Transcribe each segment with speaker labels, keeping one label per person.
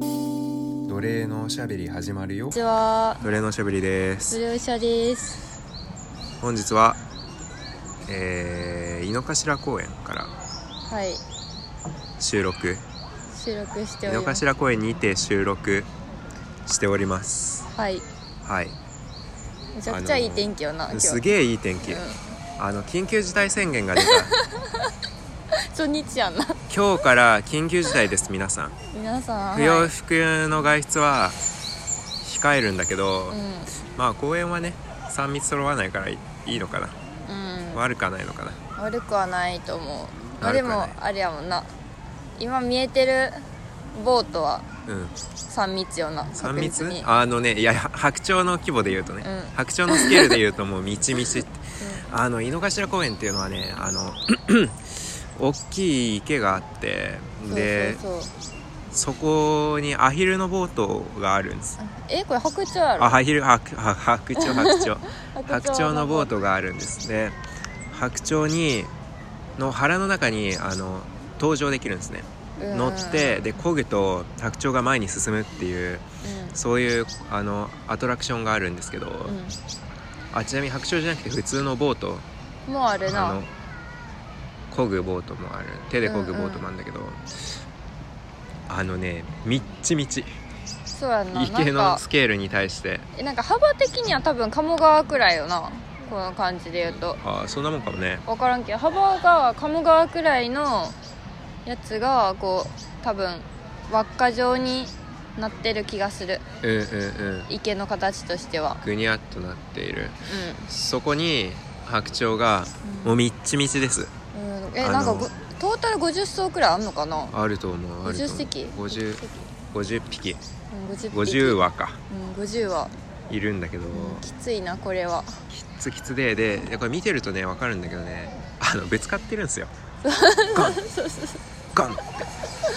Speaker 1: 奴隷のおしゃべり始まるよ
Speaker 2: こんにちは、
Speaker 1: 奴隷のおしゃべりです
Speaker 2: 無料医者です。
Speaker 1: 本日はえー井の頭公園から
Speaker 2: はい、
Speaker 1: 収録
Speaker 2: 収録し
Speaker 1: 井
Speaker 2: てお
Speaker 1: の
Speaker 2: ります。
Speaker 1: 頭公園にて収録しております
Speaker 2: はい、
Speaker 1: はい
Speaker 2: めちゃくちゃいい天気よな、今日。
Speaker 1: すげえいい天気、
Speaker 2: うん
Speaker 1: あの緊急事態宣言が出た
Speaker 2: 初日やんな。
Speaker 1: 今日から緊急事態です皆さん
Speaker 2: 皆さん。
Speaker 1: 不
Speaker 2: は
Speaker 1: 要
Speaker 2: い
Speaker 1: 不急の外出は控えるんだけど、
Speaker 2: う
Speaker 1: まあ公園はね3密揃わないからいいいのかな、
Speaker 2: ん、うん、
Speaker 1: 悪かないのかな
Speaker 2: 悪くはないと思う。まあ
Speaker 1: 悪
Speaker 2: で
Speaker 1: くはな
Speaker 2: も
Speaker 1: い、
Speaker 2: あれやもんな。今見えてるボートは
Speaker 1: うん
Speaker 2: 三密よな。
Speaker 1: 3密
Speaker 2: 確実に
Speaker 1: あのねいや白鳥の規模で言うとね、
Speaker 2: うん
Speaker 1: 白鳥のスケールで言うともうみちみちって、あの井の頭公園っていうのはねあの 大きい池があってでそ
Speaker 2: そうそうそう
Speaker 1: こにアヒルのボートがあるんです
Speaker 2: え、これ白鳥やろ。
Speaker 1: あアヒル白白白 鳥白鳥白鳥のボー
Speaker 2: ト。
Speaker 1: トがあるんですね白鳥にの腹の中にあの登場できるんですね
Speaker 2: うん
Speaker 1: 乗ってで漕ぐと白鳥が前に進むっていうそういうあのアトラクションがあるんですけど、
Speaker 2: うん、うん
Speaker 1: あちなみに白鳥じゃなくて普通のボート
Speaker 2: もうある
Speaker 1: あ
Speaker 2: な
Speaker 1: の。漕ぐボートもある手で漕ぐボートもあるんだけど、あのねみっちみち
Speaker 2: そうやんな。なん
Speaker 1: 池
Speaker 2: か
Speaker 1: のスケールに対して
Speaker 2: えなんか幅的には多分鴨川くらいよなこの感じで言うと
Speaker 1: ああそんなもんかもね
Speaker 2: 分からんけど幅が鴨川くらいのやつがこう多分輪っか状になってる気がする
Speaker 1: うんうんうん
Speaker 2: 池の形としては
Speaker 1: ぐにゃっとなっている
Speaker 2: う
Speaker 1: そこに白鳥が
Speaker 2: うん
Speaker 1: もうみっちみちです
Speaker 2: ん、うん、え
Speaker 1: あの
Speaker 2: なんかごトータル50層くらいあんのかな
Speaker 1: あると思うあると
Speaker 2: 50
Speaker 1: 思う
Speaker 2: 隻
Speaker 1: 50, 50匹
Speaker 2: うん50匹
Speaker 1: 50羽か
Speaker 2: うん、50はい
Speaker 1: るんだけど、
Speaker 2: うんきついなこれは
Speaker 1: きつきつでででこれ見てるとね分かるんだけどねあのぶつかってるんです よガンガンっ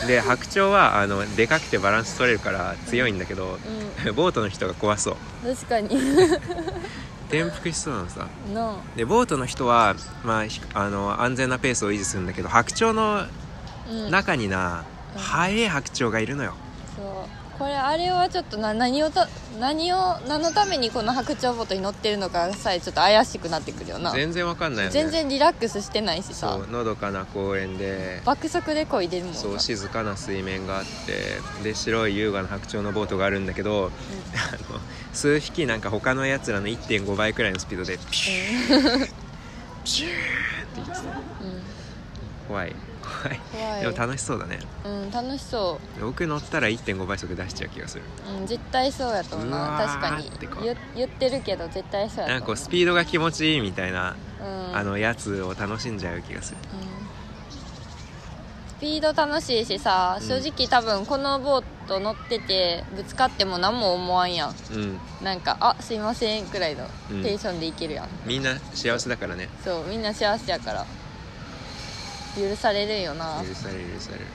Speaker 1: てで白鳥はあのでかくてバランス取れるから強いんだけど、
Speaker 2: う
Speaker 1: ボートの人が怖そうん
Speaker 2: 確かに
Speaker 1: 転覆しそうなのさ
Speaker 2: な
Speaker 1: でボートの人は、まあひ、あの安全なペースを維持するんだけど白鳥の
Speaker 2: あうん
Speaker 1: 中にな、
Speaker 2: うん
Speaker 1: 速い白鳥がいるのよ
Speaker 2: そうこれあれはちょっとな何をた何を何のためにこの白鳥ボートに乗ってるのかさえちょっと怪しくなってくるよな
Speaker 1: 全然わかんないよね
Speaker 2: 全然リラックスしてないし
Speaker 1: そ
Speaker 2: さ
Speaker 1: うのどかな公園で
Speaker 2: 爆速で漕いでるもんな
Speaker 1: そう静かな水面があってで白い優雅な白鳥のボートがあるんだけど、あの数匹なんか他のやつらの1.5倍くらいのスピードでピューピューって言ってた
Speaker 2: うん
Speaker 1: 怖い怖い
Speaker 2: 怖い
Speaker 1: でも楽しそうだね
Speaker 2: うん、楽しそ
Speaker 1: 僕乗ったら1.5倍速出しちゃう気がする
Speaker 2: う、うん、絶対そうやと思う
Speaker 1: う
Speaker 2: な
Speaker 1: わー
Speaker 2: 確かに
Speaker 1: ってか
Speaker 2: 言言ってるけど絶対そう
Speaker 1: な
Speaker 2: や
Speaker 1: んか
Speaker 2: と
Speaker 1: こ
Speaker 2: 思
Speaker 1: うスピードが気持ちいいみたいな、
Speaker 2: ううん
Speaker 1: あのやつを楽しんじゃう気がする
Speaker 2: うんスピード楽しいしさ
Speaker 1: うん
Speaker 2: 正直多分このボート乗っててぶつかっても何も思わんやん
Speaker 1: うん
Speaker 2: なんか「あすいません」くらいの
Speaker 1: うん
Speaker 2: テンションでいけるやん、
Speaker 1: みんな幸せだからね
Speaker 2: そうみんな幸せやから許されるんよな
Speaker 1: 許される許される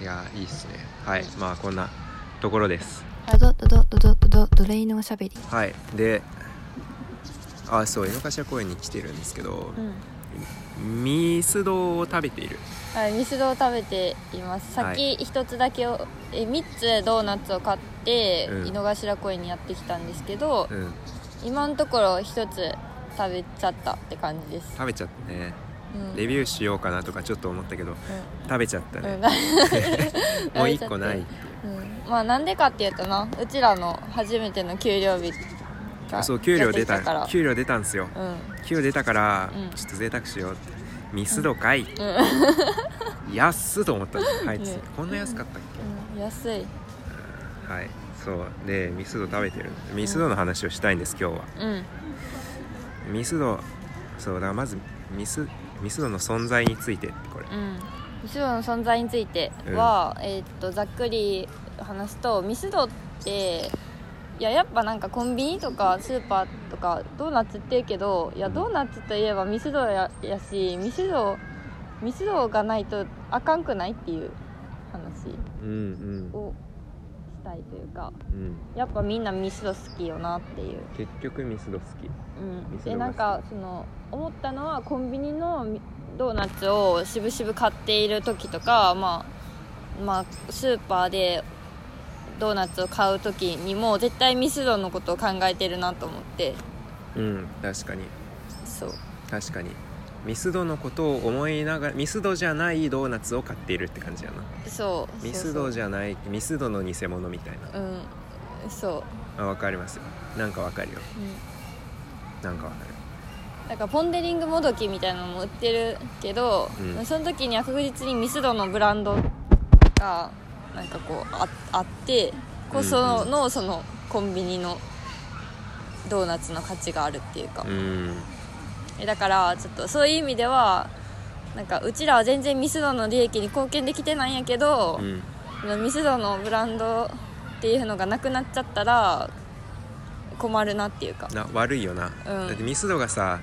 Speaker 1: いやーいいっすねはいまあこんなところです
Speaker 3: ドドドドドドドレイのおしゃべり
Speaker 1: はいであそう井の頭公園に来てるんですけど、
Speaker 2: うん
Speaker 1: ミスドを食べている
Speaker 2: はいミスドを食べていますさっ
Speaker 1: は
Speaker 2: き一つだけをえ3つドーナツを買って、
Speaker 1: うん
Speaker 2: 井の頭公園にやってきたんですけど
Speaker 1: う、ん
Speaker 2: 今のところ一つ食べちゃったって感じです、
Speaker 1: 食べちゃったね
Speaker 2: うん
Speaker 1: レビューしようかなとかちょっと思ったけど食べちゃった
Speaker 2: うんうん
Speaker 1: ね、
Speaker 2: うん
Speaker 1: もう一個ないって
Speaker 2: うんまあなんでかっていうとなうちらの初めての給料日が
Speaker 1: あそう給料出
Speaker 2: や
Speaker 1: た
Speaker 2: ってきから
Speaker 1: 給料出たんですよ
Speaker 2: うん
Speaker 1: 給料出たから、
Speaker 2: うん
Speaker 1: ちょっと贅沢しようってミスドかい、安っと思ったの入ってて
Speaker 2: ね
Speaker 1: こんな安かったっ
Speaker 2: うん、安い
Speaker 1: けはいそうでミスド食べてるミスドの話をしたいんです今日は
Speaker 2: うん
Speaker 1: ミスドそうだからまずミスミスドの存在についてってこれ
Speaker 2: うんミスドの存在については、えーっとざっくり話すとミスドっていややっぱなんかコンビニとかスーパーとかドーナツって言うけどいやドーナツといえばミスドややしミスドミスドがないとあかんくないっていう話
Speaker 1: うん
Speaker 2: をしたいというか
Speaker 1: うんうん
Speaker 2: やっぱみんなミスド好きよなっていう
Speaker 1: 結局ミスド好き
Speaker 2: うん
Speaker 1: ミ、スドが好き
Speaker 2: でなんかその思ったのはコンビニのみドーナツをしぶしぶ買っている時とかまあまあ、スーパーでドーナツを買う時にも絶対ミスドのことを考えてるなと思って
Speaker 1: うん確かに
Speaker 2: そう
Speaker 1: 確かにミスドのことを思いながらミスドじゃないドーナツを買っているって感じやな
Speaker 2: そう
Speaker 1: ミスドじゃないミスドの偽物みたいな
Speaker 2: そうそううんそう、
Speaker 1: あわかりますよなんかわかるよ
Speaker 2: う
Speaker 1: なんかわかる
Speaker 2: ん、だからポン・デリングもどきみたいなのも売ってるけど、
Speaker 1: うん
Speaker 2: その時には確実にミスドのブランドがなんかこうああってこそのそのコンビニのドーナツの価値があるっていうか、
Speaker 1: うん
Speaker 2: えだからちょっとそういう意味ではなんかうちらは全然ミスドの利益に貢献できてないんやけど
Speaker 1: う、ん
Speaker 2: ミスドのブランドっていうのがなくなっちゃったら困るなっていうか
Speaker 1: な悪いよな、
Speaker 2: うん
Speaker 1: だってミスドがさ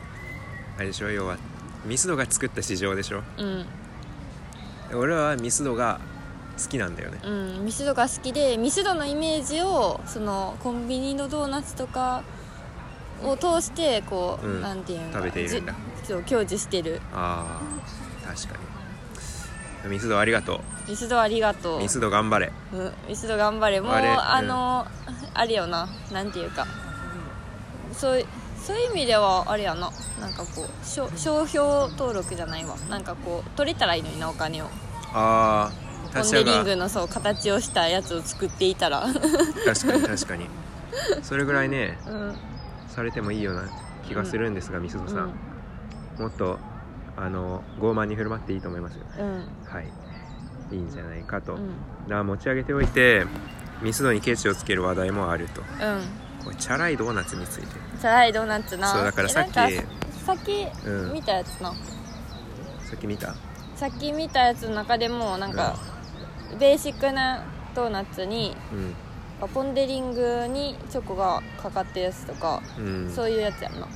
Speaker 1: あれでしょ要はミスドが作った市場でしょ
Speaker 2: うん、
Speaker 1: 俺はミスドが好きなんだよね
Speaker 2: うん、ミスドが好きでミスドのイメージをそのコンビニのドーナツとかを通してこう、
Speaker 1: うん
Speaker 2: なんていうんか
Speaker 1: 食べているんだ
Speaker 2: じそう享受してる
Speaker 1: あー確かにミスドありがと
Speaker 2: ミスドありがと
Speaker 1: う
Speaker 2: う
Speaker 1: ミスド頑張れ
Speaker 2: うん、ミスド頑張れもう
Speaker 1: あれうん
Speaker 2: あの、あれよななんていうかそういそういう意味ではあれやななんかこうしょ商標登録じゃないわなんかこう取れたらいいのになお金を
Speaker 1: あー
Speaker 2: ポン
Speaker 1: 他社
Speaker 2: デリン
Speaker 1: が
Speaker 2: グのそう形をしたやつを作ってい たらう
Speaker 1: 確かに確かにそれぐらいね
Speaker 2: ん
Speaker 1: されてもいいような気がするんですが、ミスド
Speaker 2: う
Speaker 1: さん
Speaker 2: ん、
Speaker 1: もっとあの傲慢に振る舞っていいと思いますよ
Speaker 2: うん
Speaker 1: はいいいんじゃないかと、
Speaker 2: う
Speaker 1: だか
Speaker 2: ん
Speaker 1: ら持ち上げておいてミスドにケチをつける話題もあるとこれチャラいドーナツについて
Speaker 2: チャラいドーナツな
Speaker 1: そうだからさっき
Speaker 2: えなんかさっき
Speaker 1: うん
Speaker 2: 見たやつな、
Speaker 1: さっき見た
Speaker 2: さっき見たやつの中でもなんか、ベーシックなドーナツに
Speaker 1: うん
Speaker 2: ポン・デリングにチョコがかかってるやつとか、
Speaker 1: うん
Speaker 2: そういうやつやんな、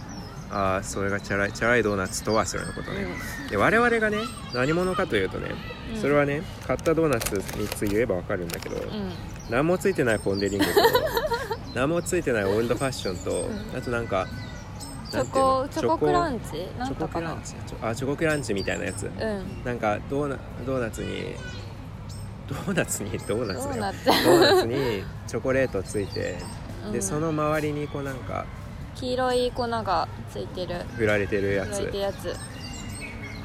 Speaker 1: ああそれがチャラいチャラいドーナツとはそれのこと
Speaker 2: うん
Speaker 1: ね、で我々がね何者かというとね、
Speaker 2: うん
Speaker 1: それはね買ったドーナツ3つ言えばわかるんだけど、
Speaker 2: うん
Speaker 1: 何もついてないポン・デ・ リングと何もついてないオールドファッションと、あとなんか
Speaker 2: チョコチョコクラン
Speaker 1: チ
Speaker 2: チな
Speaker 1: チ
Speaker 2: ん
Speaker 1: ョコ
Speaker 2: と
Speaker 1: ク
Speaker 2: か
Speaker 1: ラ
Speaker 2: な
Speaker 1: ンチチョあチョコクランチみたいなやつ
Speaker 2: うん
Speaker 1: なんかドーナドーナツにドーナツにドーナ
Speaker 2: ド
Speaker 1: ツだ
Speaker 2: ー
Speaker 1: よ
Speaker 2: ナツ
Speaker 1: ドーナツにチョコレートついて、
Speaker 2: う
Speaker 1: で
Speaker 2: ん
Speaker 1: その周りにこうなんか
Speaker 2: 黄色い粉がついてる
Speaker 1: 売られてるや
Speaker 2: 焼い
Speaker 1: つ
Speaker 2: てるやつ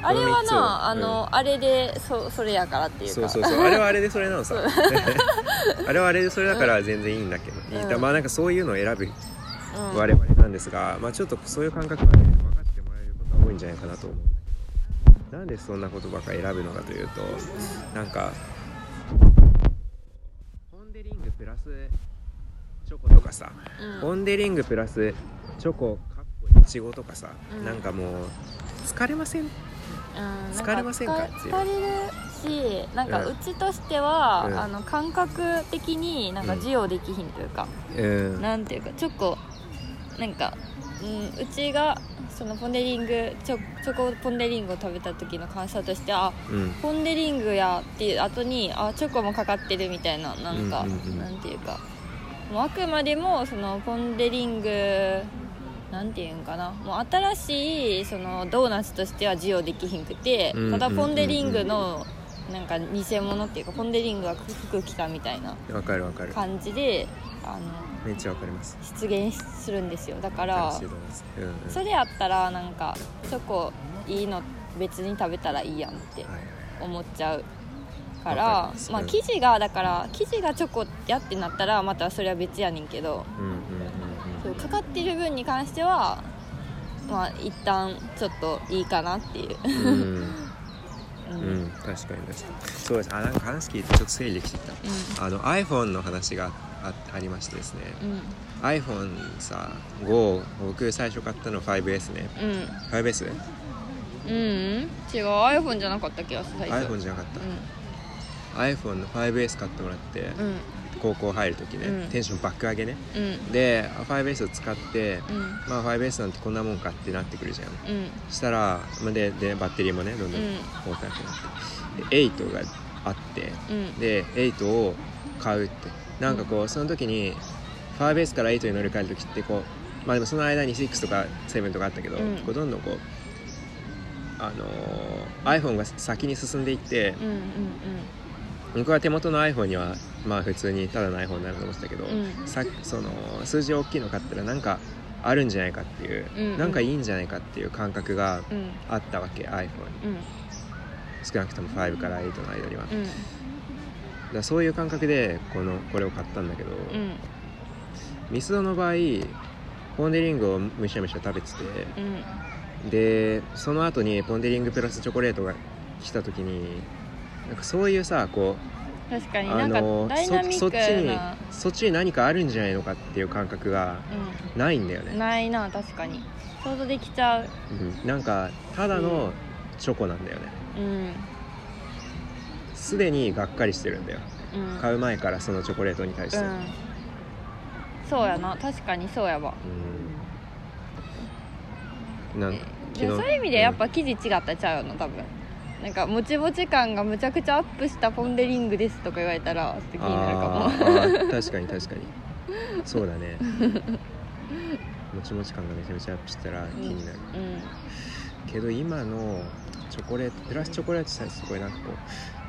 Speaker 2: あれは
Speaker 1: この三つを
Speaker 2: なあの、あれでそそれやからっていう
Speaker 1: そう
Speaker 2: か
Speaker 1: そうそうあれはあれでそれなの さ あれはあれでそれだから全然いいんだけど、いいた
Speaker 2: うん
Speaker 1: まあなんかそういうのを選ぶ
Speaker 2: うん
Speaker 1: 我々なんですが、まあ、ちょっとそういう感覚がね分かってもらえることが多いんじゃないかなと思うんだけどなんでそんなことばっかり選ぶのかというとなんかポン・デ・リングプラスチョコとかさ
Speaker 2: うん
Speaker 1: ポン・デ・リングプラスチョコかっこいちごとかさ、
Speaker 2: うん
Speaker 1: なんかもう疲れません
Speaker 2: うん
Speaker 1: 疲れませんか
Speaker 2: な
Speaker 1: っていう
Speaker 2: 疲れるしなんか
Speaker 1: うん
Speaker 2: うちとしては、
Speaker 1: うん
Speaker 2: あの感覚的になんか授与できひんというか、
Speaker 1: うん
Speaker 2: なんていうかチョコなんか、うん、うちがそのポン・デ・リングチョチョコポン・デ・リングを食べた時の感想としてあ
Speaker 1: うん
Speaker 2: ポン・デ・リングやっていう後にあチョコもかかってるみたいななんか、
Speaker 1: うんうんうん
Speaker 2: なんていうかもうあくまでもそのポン・デ・リングなんていうんかなもう新しいそのドーナツとしては授与できひんくて、
Speaker 1: うんうんうんうん
Speaker 2: ただポン・デ・リングのなんか偽物っていうかポン・デ・リングが服着たみたいな
Speaker 1: わかるわかる
Speaker 2: 感じであの
Speaker 1: めっちゃわかります
Speaker 2: 出現するんですよだから
Speaker 1: 楽しいと思いますうんうん
Speaker 2: それやったらなんかチョコいいの別に食べたらいいやんって
Speaker 1: はいはい
Speaker 2: 思っちゃうか
Speaker 1: わからります
Speaker 2: まあ
Speaker 1: うん
Speaker 2: 生地がだから生地がチョコやってなったらまたそれは別やねんけど
Speaker 1: うんうんうん
Speaker 2: そうかかってる分に関してはまあ一旦ちょっといいかなっていう
Speaker 1: うんうんうん
Speaker 2: う
Speaker 1: うんん、確かに確かにそうですあなんか話聞いてちょっと整理できてきたあの iPhone の話があありましてですね
Speaker 2: うん
Speaker 1: iPhone さ5僕最初買ったの 5S ね
Speaker 2: うん
Speaker 1: 5S?iPhone
Speaker 2: うんうん違う iPhone じゃなかった気がする最初
Speaker 1: じゃなかった、iPhone の 5S 買ってもらって、
Speaker 2: うんうん
Speaker 1: 高校入る時ね、
Speaker 2: うん
Speaker 1: テンション爆上げね
Speaker 2: うん
Speaker 1: で 5S を使って
Speaker 2: うん
Speaker 1: まあ 5S なんてこんなもんかってなってくるじゃん
Speaker 2: うん
Speaker 1: したらまあででバッテリーもねどんどん
Speaker 2: うん
Speaker 1: 重たくなって、で8があって
Speaker 2: うん
Speaker 1: で8を買うってなんかこうその時にファーベースから8に乗り換える時ってこうまあでもその間に6とか7とかあったけど、
Speaker 2: うん
Speaker 1: こうどんどんこうあのー iPhone が先に進んでいって
Speaker 2: うんうん
Speaker 1: 僕は手元の iPhone にはまあ普通にただの iPhone になると思ってたけど、
Speaker 2: うん
Speaker 1: さその数字大きいの買ったらなんかあるんじゃないかっていう、
Speaker 2: うんうん
Speaker 1: なんかいいんじゃないかっていう感覚が
Speaker 2: うん
Speaker 1: あったわけ iPhone
Speaker 2: うん
Speaker 1: 少なくとも5から8の間には、だか
Speaker 2: うん
Speaker 1: らそういう感覚でこのこれを買ったんだけど、
Speaker 2: うん
Speaker 1: ミスドの場合ポン・デ・リングをむしゃむしゃ食べてて、
Speaker 2: うん
Speaker 1: でその後にポン・デ・リングプラスチョコレートが来た時になんかそういうさこ
Speaker 2: 確か
Speaker 1: う
Speaker 2: に
Speaker 1: あ
Speaker 2: なんか
Speaker 1: の
Speaker 2: ダイナミ
Speaker 1: そそっち
Speaker 2: ック
Speaker 1: に
Speaker 2: な
Speaker 1: そっちに何かあるんじゃないのかっていう感覚がないんだよ
Speaker 2: う
Speaker 1: ね
Speaker 2: ん、ないな確かに想像できちゃう
Speaker 1: うんなんかただのチョコなんだよね
Speaker 2: うん
Speaker 1: すでにがっかりしてるんだよ
Speaker 2: うん
Speaker 1: 買う前からそのチョコレートに対して、
Speaker 2: う
Speaker 1: うん
Speaker 2: んそうやな確かにそうやわ
Speaker 1: なん
Speaker 2: でもそういう意味でやっぱ生地違ったちゃうの多分なんかもちもち感がむちゃくちゃアップしたポン・デ・リングですとか言われたらちょっと気になるかも
Speaker 1: あーあー確かに確かにそうだ ねもちもち感がめちゃめちゃアップしたら気になる、
Speaker 2: うん
Speaker 1: けど今のチョコレートプラスチョコレートさえすごいなんかこう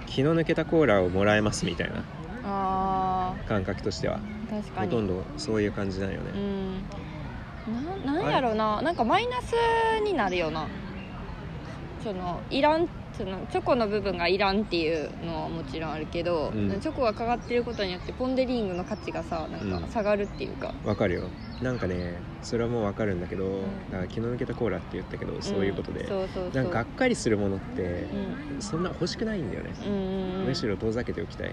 Speaker 1: 気の抜けたコーラをもらえますみたいな
Speaker 2: あ
Speaker 1: 感覚としては
Speaker 2: ー確か
Speaker 1: ほとん
Speaker 2: に
Speaker 1: どそういう感じなんよ
Speaker 2: う
Speaker 1: ね、
Speaker 2: んななんやろうななんかマイナスになるよなそのいらんそのチョコの部分がいらんっていうのはもちろんあるけど、
Speaker 1: うん
Speaker 2: チョコがかかってることによってポン・デ・リングの価値がさなん
Speaker 1: う
Speaker 2: か
Speaker 1: ん
Speaker 2: 下がるっていうか、
Speaker 1: わかるよなんかねそれはもうわかるんだけど、
Speaker 2: ん
Speaker 1: だから気の抜けたコーラって言ったけどそういうことで、
Speaker 2: んそうそうそ
Speaker 1: な
Speaker 2: う
Speaker 1: んかがっかりするものって
Speaker 2: うん
Speaker 1: そんな欲しくないんだよね、
Speaker 2: うんうんうん
Speaker 1: むしろ遠ざけておきたい
Speaker 2: う
Speaker 1: う
Speaker 2: ん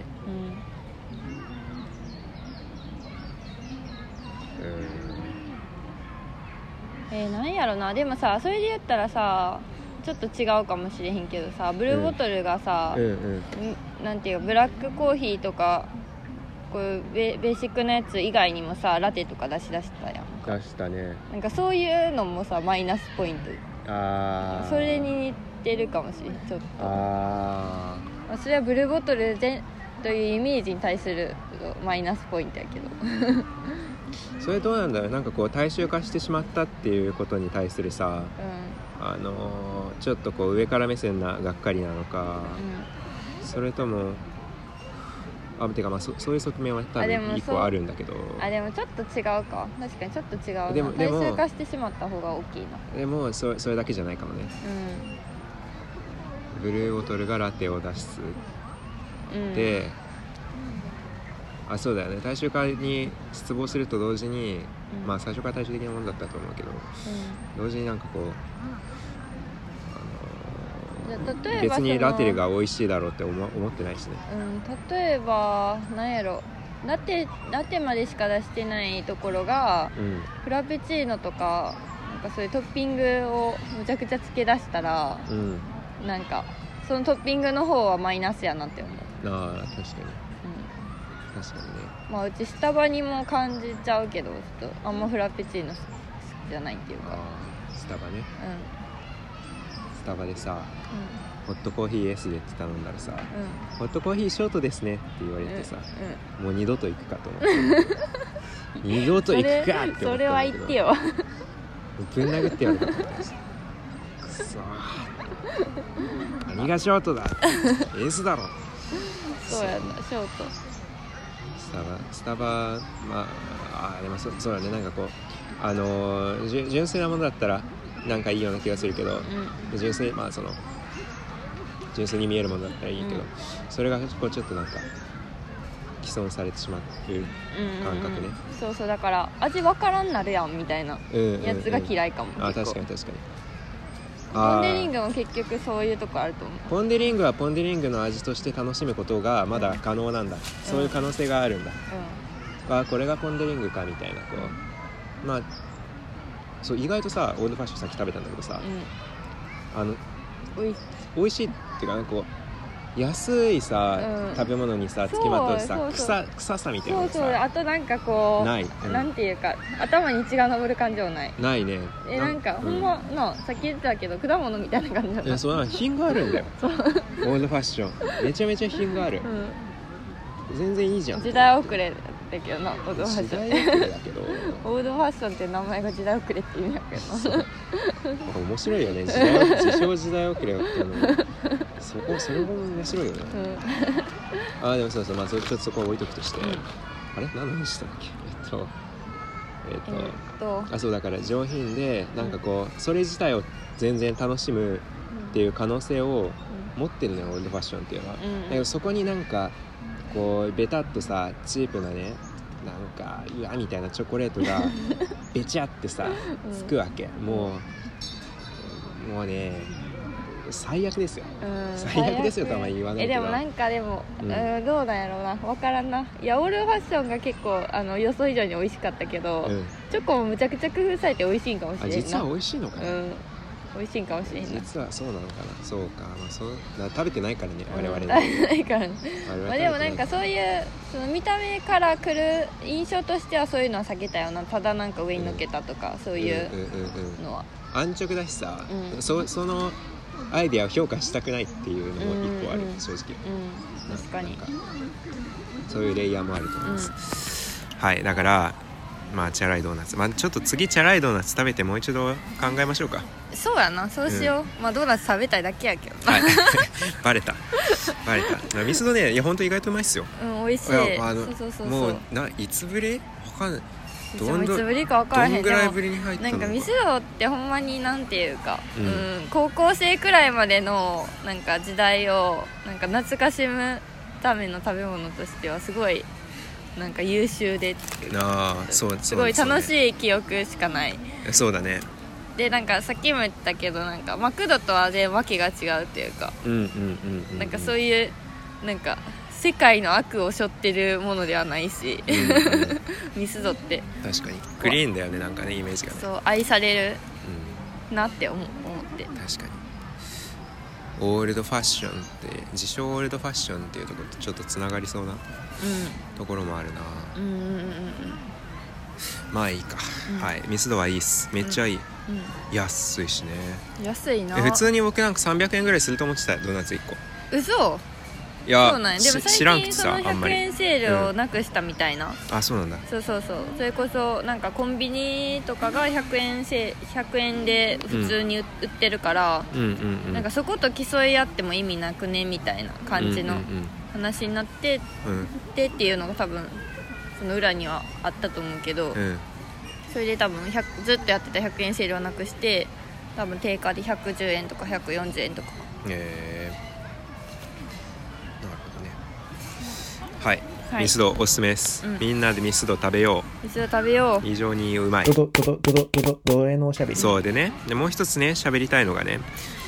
Speaker 2: えー、なんやろなでもさそれで言ったらさちょっと違うかもしれへんけどさブルーボトルがさ、
Speaker 1: んうんうん
Speaker 2: んなんていうかブラックコーヒーとかこういうベベーシックなやつ以外にもさラテとか出し出したやん
Speaker 1: 出したね
Speaker 2: なんかそういうのもさマイナスポイント
Speaker 1: ああ
Speaker 2: それに似てるかもしれんちょっと
Speaker 1: あ
Speaker 2: まあそれはブルーボトル全というイメージに対するマイナスポイントやけど
Speaker 1: あそれどうなんだろうなんかこう大衆化してしまったっていうことに対するさ
Speaker 2: う
Speaker 1: あのーちょっとこう上から目線ながっかりなのか
Speaker 2: んうん
Speaker 1: それともあてかまあそそういう側面は多
Speaker 2: あでも
Speaker 1: 分一
Speaker 2: そう
Speaker 1: 個あるんだけど
Speaker 2: あでもちょっと違うか確かにちょっと違うな
Speaker 1: でもでも
Speaker 2: 大衆化してしまった方が大きいな
Speaker 1: でもそそれだけじゃないかもねブルーボトルがラテを出す
Speaker 2: うん、うん、
Speaker 1: で、あそうだよね大衆化に失望すると同時に、
Speaker 2: うん
Speaker 1: まあ最初から大衆的なものだったと思うけど同時になんかこう、あのー
Speaker 2: じゃあ例えば
Speaker 1: 別に
Speaker 2: その
Speaker 1: ラテルが美味しいだろうって思思ってないしね
Speaker 2: うん、うん、例えばなんやろラテラテまでしか出してないところが
Speaker 1: うん
Speaker 2: フラペチーノとかなんかそういうトッピングをむちゃくちゃ付け出したら
Speaker 1: うん
Speaker 2: なんかそのトッピングの方はマイナスやなって思う、
Speaker 1: ああ確かに確かにね
Speaker 2: うん、まあうちスタバにも感じちゃうけどちょっとあんまフラペチーノ好きじゃないっていう
Speaker 1: あ
Speaker 2: か
Speaker 1: あスタバね
Speaker 2: うん
Speaker 1: スタバでさホットコーヒー S でって頼んだらさ
Speaker 2: うんうん
Speaker 1: ホットコーヒーショートですねって言われてさ、
Speaker 2: うん
Speaker 1: もう二度と行くかと思 って二度と行くかって思ったんだけ
Speaker 2: それ
Speaker 1: ど
Speaker 2: それは言ってよ
Speaker 1: ぶん殴ってやるかと思いましたくそー何がショー トだエースだろ
Speaker 2: そうやなショート
Speaker 1: スタバスタバまああーでもそそうだねなんかこうあのーじゅ純粋なものだったらなんかいいような気がするけど
Speaker 2: う
Speaker 1: 純粋まあその純粋に見えるものだったらいいけど、
Speaker 2: うん
Speaker 1: それがこうちょっとなんか既存されてしまってる
Speaker 2: んうんうんうん
Speaker 1: 感覚ね
Speaker 2: そうそうだから味わからんなるやんみたいな
Speaker 1: うんうん
Speaker 2: やつが
Speaker 1: い
Speaker 2: 嫌いかも、
Speaker 1: あ
Speaker 2: 結構
Speaker 1: 確かに確かに
Speaker 2: ポン・デ・リン
Speaker 1: グ
Speaker 2: グも結局そういうとこあると思う
Speaker 1: ポンデリングはポンデリングの味として楽しむことがまだ可能なんだ、そういう可能性があるんだあこれがポン・デ・リングかみたいなこうまあそう意外とさオールドファッションさっき食べたんだけどさ、あの
Speaker 2: うん、うん、おい
Speaker 1: 美味しいっていうかなんかこう安いさ、
Speaker 2: うん
Speaker 1: 食べ物にさつきまとうさ
Speaker 2: そうそうそう
Speaker 1: 臭臭さみたいな
Speaker 2: そ
Speaker 1: のが
Speaker 2: うそう
Speaker 1: さ
Speaker 2: あとなんかこう
Speaker 1: ない、うん
Speaker 2: なんていうか頭に血が上る感じもない
Speaker 1: ないね
Speaker 2: えなんか、
Speaker 1: う
Speaker 2: ほんまのさっき言ってたけど果物みたいな感じだ
Speaker 1: いやそうなんか品があるんだよオールドファッションめちゃめちゃ品がある
Speaker 2: う、ん、
Speaker 1: 全然いいじゃん
Speaker 2: 時代遅れだけどなオードファッ
Speaker 1: 時
Speaker 2: ション
Speaker 1: 代遅れだけど
Speaker 2: オードファッションって名前が時代遅れって意味だけど
Speaker 1: 面白いよね時代 自称時代遅れっていうのもそこそれも面白いよね
Speaker 2: うん
Speaker 1: ああでもそうそうまあそちょっとそこは置いとくとして、
Speaker 2: うん
Speaker 1: あれ何の話したんだっけ えっとえっ
Speaker 2: え
Speaker 1: と、
Speaker 2: ーっと
Speaker 1: あそうだから上品でなんかこうそれ自体を全然楽しむって
Speaker 2: う
Speaker 1: いう可能性を
Speaker 2: ん
Speaker 1: 持ってるのよ俺のファッションっていうのは、
Speaker 2: うんうん
Speaker 1: だけどそこになんかこうベタっとさチープなねなんかうわみたいなチョコレート がべちゃってさ
Speaker 2: うん
Speaker 1: つくわけ、もうもうね最悪ですよ
Speaker 2: うん
Speaker 1: 最悪ですよとはあんまり言わないけど
Speaker 2: えでもなんかでも、
Speaker 1: う
Speaker 2: うんん、どうなんやろうなわからんないやオールファッションが結構あの予想以上に美味しかったけど、
Speaker 1: うん、
Speaker 2: チョコもむちゃくちゃ工夫されて美味しいんかもし
Speaker 1: あ
Speaker 2: れんな
Speaker 1: 実は
Speaker 2: う
Speaker 1: 美味しいのかな、
Speaker 2: ん美味しいんかもしれんな
Speaker 1: 実はそうなのかなそうか、まあ、そうだ食べてないからね我々
Speaker 2: う
Speaker 1: ね
Speaker 2: んないからね
Speaker 1: 我々
Speaker 2: まあ、でもなんかそういうその見た目からくる印象としてはそういうのは避けたよなただなんか上にのっけたとか、そ
Speaker 1: そ
Speaker 2: う
Speaker 1: う
Speaker 2: い
Speaker 1: ん
Speaker 2: う
Speaker 1: うんうんうん
Speaker 2: のは
Speaker 1: 安直だしさ、
Speaker 2: うん
Speaker 1: そそのアイディアを評価したくないっていうのも一個ある、
Speaker 2: うんうん
Speaker 1: 正直
Speaker 2: うん、確かに
Speaker 1: なんそういうレイヤーもあると思います、
Speaker 2: う
Speaker 1: はいだからまあチャラいドーナツまあちょっと次チャラいドーナツ食べてもう一度考えましょうか
Speaker 2: そうやなそうしよう、まあドーナツ食べたいだけやけどな
Speaker 1: はい バレたバレたまあミスドねいや本当意外とうまいっすよ
Speaker 2: うん美味しい
Speaker 1: いやあの
Speaker 2: そうそうそうそう
Speaker 1: もうないつぶりわかんない
Speaker 2: いつ
Speaker 1: ど
Speaker 2: も
Speaker 1: ん
Speaker 2: い
Speaker 1: ど
Speaker 2: つぶ
Speaker 1: ど
Speaker 2: りか分からへ
Speaker 1: ん
Speaker 2: ん
Speaker 1: ぐらいぶ
Speaker 2: でも
Speaker 1: りに入った
Speaker 2: な
Speaker 1: の
Speaker 2: ん
Speaker 1: か
Speaker 2: かミスドってほんまになんていうか、
Speaker 1: う
Speaker 2: うんん高校生くらいまでのなんか時代をなんか懐かしむための食べ物としてはすごいなんか優秀でっていうか
Speaker 1: ああそうそう
Speaker 2: すごい楽し
Speaker 1: い
Speaker 2: い記憶しかない
Speaker 1: そうだね
Speaker 2: でなんかさっきも言ったけどなんかマクドとは全然訳が違うっていうか、
Speaker 1: うんうんうんうん
Speaker 2: なんかそう
Speaker 1: い
Speaker 2: いうなんか世界の悪を背負ってるものではないし、
Speaker 1: うん、うん
Speaker 2: ミスドって
Speaker 1: 確かにクリーンだよねなんかねイメージがね
Speaker 2: そう愛され
Speaker 1: う
Speaker 2: るなって思う思って
Speaker 1: ん確かにオールドファッションって自称オールドファッションっていうところとちょっとつながりそうなところもあるな
Speaker 2: うんうんうんうんうん
Speaker 1: まあいいか、
Speaker 2: うん
Speaker 1: はいミスドはいいっすめっちゃいい、
Speaker 2: う
Speaker 1: 安いしね
Speaker 2: ん安いな
Speaker 1: え普通に僕なんか300円ぐらいすると思ってたよドーナツ1個
Speaker 2: 嘘
Speaker 1: いや
Speaker 2: そうなんやでも
Speaker 1: し知らんく
Speaker 2: 最
Speaker 1: て
Speaker 2: 近その
Speaker 1: さあんま
Speaker 2: 100
Speaker 1: り
Speaker 2: 円セールをなくしたみたいな、
Speaker 1: あそうなんだ
Speaker 2: そうそうそうそれこそなんかコンビニとかが100円せ100円で普通に売売ってるから、
Speaker 1: うんうんうん
Speaker 2: なんかそこと競い合っても意味なくねみたいな感じの
Speaker 1: うんうん
Speaker 2: 話になってっ
Speaker 1: うん
Speaker 2: てっていうのが多分その裏にはあったと思うけど、
Speaker 1: うんうん
Speaker 2: それで多分100ずっとやってた100円セールをなくして多分定価で110円とか140円とか
Speaker 1: えー、なるほどねはい、
Speaker 2: はい
Speaker 1: ミスドおすすめです、
Speaker 2: うん
Speaker 1: みんなでミスド食べよ
Speaker 2: 一度食べよ
Speaker 1: う非常にうまい
Speaker 4: ドドドドドドドドレのおしゃべり
Speaker 1: そうでねでもう一つね喋りたいのがね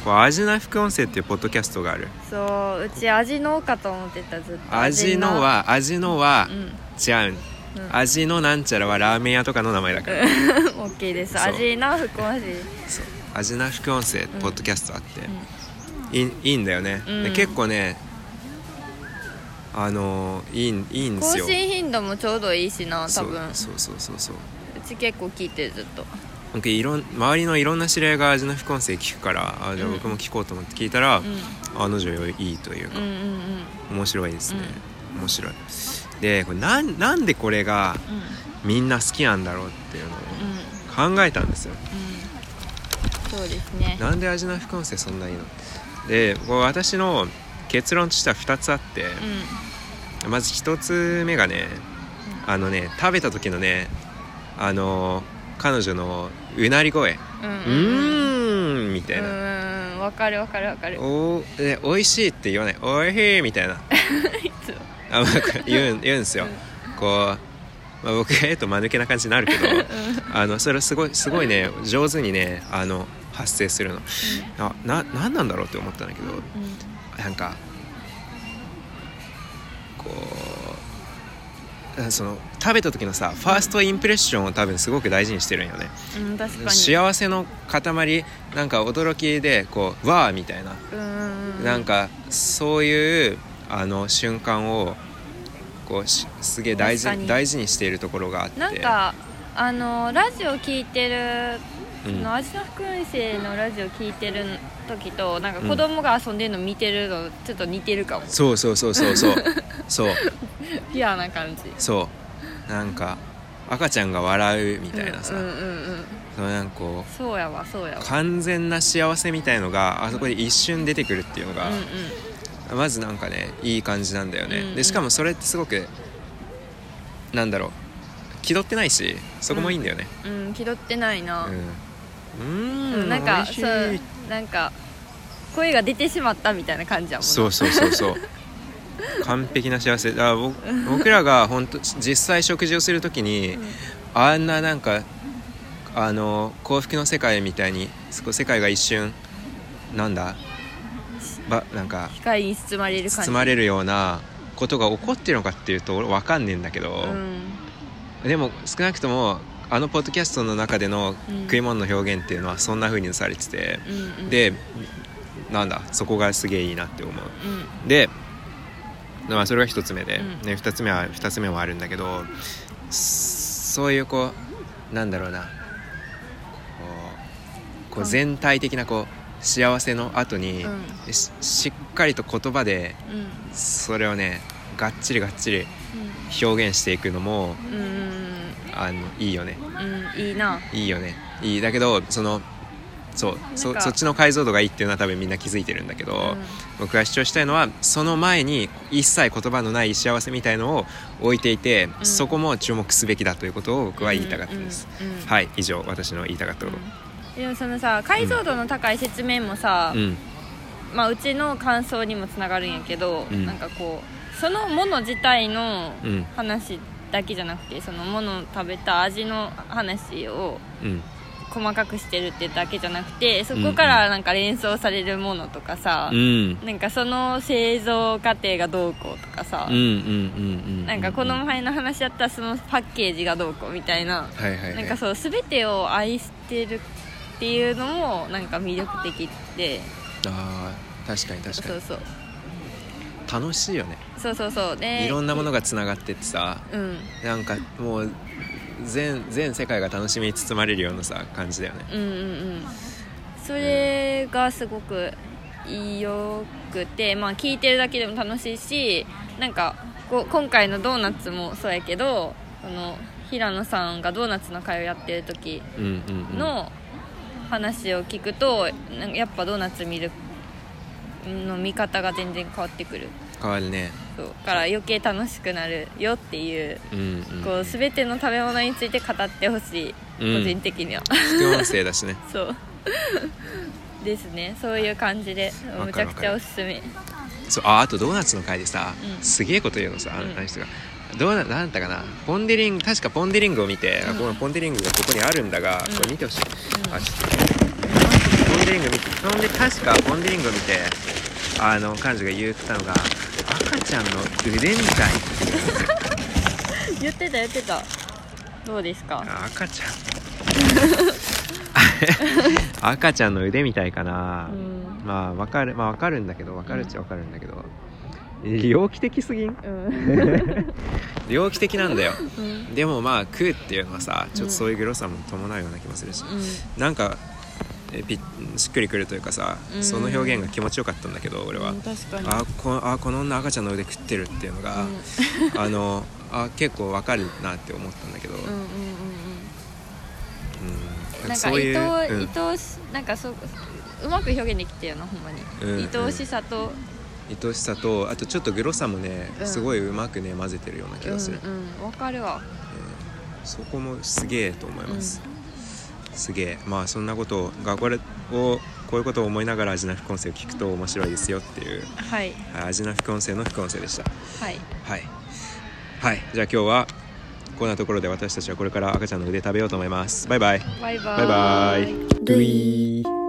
Speaker 1: こう味な副音声っていうポッドキャストがある
Speaker 2: うそううち味のかと思ってたずっと
Speaker 1: 味のは味のは
Speaker 2: うん
Speaker 1: 違うん、
Speaker 2: うん
Speaker 1: 味のなんちゃらはラーメン屋とかの名前だから、
Speaker 2: オッケーです
Speaker 1: そう
Speaker 2: 味な不幸味
Speaker 1: そう味な副音声
Speaker 2: ん
Speaker 1: ポッドキャストあって、いいいいんだよね、
Speaker 2: うん
Speaker 1: で結構ねあのーいいんいいんで
Speaker 2: 更
Speaker 1: すよ
Speaker 2: 新頻度もちょうどいいしな多分う
Speaker 1: そうそうそうそうそう
Speaker 2: ち結構聞いてるずっと
Speaker 1: なんかいろん周りのいろんな知り合いが味の副音声聞くからあじゃあ
Speaker 2: うん
Speaker 1: 僕も聞こうと思って聞いたら、
Speaker 2: う
Speaker 1: あの女いいというか、
Speaker 2: んうんうんうん
Speaker 1: 面白いですね、面白いでこれなんなんでこれが
Speaker 2: うん
Speaker 1: みんな好きなんだろうっていうの
Speaker 2: うんうん
Speaker 1: を考えたんですよ
Speaker 2: そうですね
Speaker 1: なんで味の副音声そんなにいいのでこう私の結論としては2つあって、
Speaker 2: う
Speaker 1: まず1つ目がねあのね食べた時のねあの彼女のうなり声
Speaker 2: ん
Speaker 1: う
Speaker 2: うんうんうん
Speaker 1: ーんみたいな、
Speaker 2: うんわかるわかるわかる
Speaker 1: おえ美味しいって言わない「おいしい」み たいなあまあこれ言うん言うんですよこう、まあ、僕が言うと間抜けな感じになるけどあのそれをすごいすごいね上手にねあの発声するのあな何なんだろうって思ったんだけど
Speaker 2: うん
Speaker 1: なんかこうあその食べた時のさファーストインプレッションを多分すごく大事にしてるんよね
Speaker 2: うん確かに
Speaker 1: 幸せの塊なんか驚きでこう「わー」みたいな
Speaker 2: うんうんうん
Speaker 1: なんかそういうあの瞬間をこうしすげえ大事
Speaker 2: 確かに
Speaker 1: 大事にしているところがあって
Speaker 2: なんかあのラジオ聞いてる
Speaker 1: う
Speaker 2: そ
Speaker 1: ん
Speaker 2: の味の副音声のラジオ聞いてる時となんか子供が遊んでるの見てるのちょっと似てるかも、
Speaker 1: そうそうそうそう そうそう
Speaker 2: ピュアな感じ
Speaker 1: そうなんか赤ちゃんが笑うみたいなさ、
Speaker 2: うんうんうんうん
Speaker 1: そのなんかこう
Speaker 2: そうやわそうやわ
Speaker 1: 完全な幸せみたいのがあそこで一瞬出てくるっていうのが、
Speaker 2: うんうん
Speaker 1: まずなんかねいい感じなんだよね、
Speaker 2: うんうん
Speaker 1: でしかもそれってすごくなんだろう気取ってないしそこもいいんだよね
Speaker 2: うん気取ってないな、
Speaker 1: うん、うん
Speaker 2: うんなんか
Speaker 1: 美味しい
Speaker 2: そうなんか声が出てしまったみたいな感じやもんな
Speaker 1: そうそうそうそう 完璧な幸せだから 僕僕らが本当実際食事をするときに、
Speaker 2: ん
Speaker 1: あんななんかあの幸福の世界みたいにそこ世界が一瞬なんだばなんか
Speaker 2: 光に包まれる感じ
Speaker 1: 包まれるようなことが起こってるのかっていうと俺わかんねえんだけど、
Speaker 2: うん
Speaker 1: でも少なくともあのポッドキャストの中での
Speaker 2: うん
Speaker 1: 食い物の表現っていうのはそんな風にされてて、
Speaker 2: うんうん
Speaker 1: でなんだそこがすげえいいなって思う
Speaker 2: うん
Speaker 1: で、まあ、それが一つ目で、
Speaker 2: うん
Speaker 1: ね、二つ目は二つ目もあるんだけどそそういうこうなんだろうなこうこう
Speaker 2: うん
Speaker 1: 全体的なこう幸せの後に、
Speaker 2: う
Speaker 1: ししっかりと言葉で
Speaker 2: うんうん
Speaker 1: それをねがっちりがっちり表現していくのも
Speaker 2: うんうん
Speaker 1: あのいいよね
Speaker 2: うんうんいいない
Speaker 1: いよねいいだけどそのそうそ
Speaker 2: なんか
Speaker 1: そっちの解像度がいいっていうのは多分みんな気づいてるんだけど、
Speaker 2: う
Speaker 1: 僕が主張したいのはその前に一切言葉のない幸せみたいのを置いていて、
Speaker 2: うん
Speaker 1: そこも注目すべきだということを僕は言いたかったです、、
Speaker 2: うんうんうん
Speaker 1: はい以上私の言いたかったこと
Speaker 2: でもそのさ解像度の高い説明もさ、
Speaker 1: うん、
Speaker 2: まあ、うちの感想にもつながるんやけど、
Speaker 1: うん
Speaker 2: なんかこうそのもの自体の
Speaker 1: うん
Speaker 2: 話だけじゃなくてそのものを食べた味の話を
Speaker 1: うん
Speaker 2: 細かくしてるってだけじゃなくてそこからなんか連想されるものとかさ、
Speaker 1: うん
Speaker 2: なんかその製造過程がどうこうとかさ、
Speaker 1: うんうんうんうん
Speaker 2: なんかこの
Speaker 1: はい
Speaker 2: 前の話だったらそのパッケージがどうこうみたいな、
Speaker 1: はいはい
Speaker 2: なんかそう全てを愛してるっていうのもなんか魅力的で
Speaker 1: あー確かに確か
Speaker 2: そう
Speaker 1: に
Speaker 2: そう
Speaker 1: 楽しいよね、
Speaker 2: そうそうそうで
Speaker 1: いろんなものがつながってってさ
Speaker 2: うん
Speaker 1: なんかもう全全世界が楽しみに包まれるようなさ感じだよね
Speaker 2: うんうんうんそれがすごく良くてまあ聞いてるだけでも楽しいしなんかこう今回のドーナツもそうやけどその平野さんがドーナツの会をやってる時
Speaker 1: うんうんうん
Speaker 2: の話を聞くとなんかやっぱドーナツ見るの見方が全然変わってくる
Speaker 1: 変わるね
Speaker 2: そうから余計楽しくなるよっていう
Speaker 1: うんうん
Speaker 2: こう全ての食べ物について語ってほし
Speaker 1: う
Speaker 2: い、
Speaker 1: ん
Speaker 2: 個人的には
Speaker 1: 副音声だしね
Speaker 2: そう ですねそういう感じで
Speaker 1: わ
Speaker 2: むち
Speaker 1: か
Speaker 2: ゃ
Speaker 1: る
Speaker 2: くちゃおすすめ
Speaker 1: そうああとドーナツの会でさ、
Speaker 2: うん
Speaker 1: すげえこと言うのさあの
Speaker 2: うん
Speaker 1: あの人が、どうななんだったかなポン・デ・リング確かポン・デ・リングを見て、あこのポン・デ・リングがここにあるんだが、
Speaker 2: うん
Speaker 1: これ見てほしい、あちょっとポン・デ・リング見てポンデ確かポン・デ・リングを見てあの彼女が言ったのが赤ちゃんの腕みたい
Speaker 2: 言ってた言ってたどうですか
Speaker 1: あ赤ちゃん 赤ちゃんの腕みたいかな、
Speaker 2: うん
Speaker 1: まあわかるまあわかるんだけどわかるっちゃわかるんだけど、猟奇的すぎん
Speaker 2: うん
Speaker 1: 猟奇的なんだよ
Speaker 2: うん
Speaker 1: でもまあ食うっていうのはさちょっと
Speaker 2: うん
Speaker 1: そういうグロさも伴うような気もするし、なんかえぴしっくりくるというかさ、
Speaker 2: うん
Speaker 1: その表現が気持ちよかったんだけど俺は、
Speaker 2: うん確かに
Speaker 1: あこあこの女赤ちゃんの腕食ってるっていうのが、
Speaker 2: うん
Speaker 1: あのあ結構わかるなって思ったんだけど、うん
Speaker 2: うんうんうんう
Speaker 1: なん
Speaker 2: んな
Speaker 1: かそ
Speaker 2: んか
Speaker 1: う
Speaker 2: 愛
Speaker 1: いうう
Speaker 2: お
Speaker 1: ん
Speaker 2: 愛おしなんかそううまく表現できてるよなほんまに、
Speaker 1: うん
Speaker 2: 愛おしさと、
Speaker 1: 愛しさとあとちょっとグロさもね、
Speaker 2: うん
Speaker 1: すごいうまくね混ぜてるような
Speaker 2: う
Speaker 1: 気
Speaker 2: ん
Speaker 1: がする、
Speaker 2: うんわかるわ
Speaker 1: そこもすげえと思います、すげえまあそんなことがこれをこういうことを思いながら味な副音声を聞くと面白いですよっていう
Speaker 2: はい
Speaker 1: はい味な副音声の副音声でした
Speaker 2: はい
Speaker 1: はいはいじゃあ今日はこんなところで私たちはこれから赤ちゃんの腕食べようと思いますバイバイ
Speaker 2: バイバ
Speaker 1: バイバイ
Speaker 3: ルイ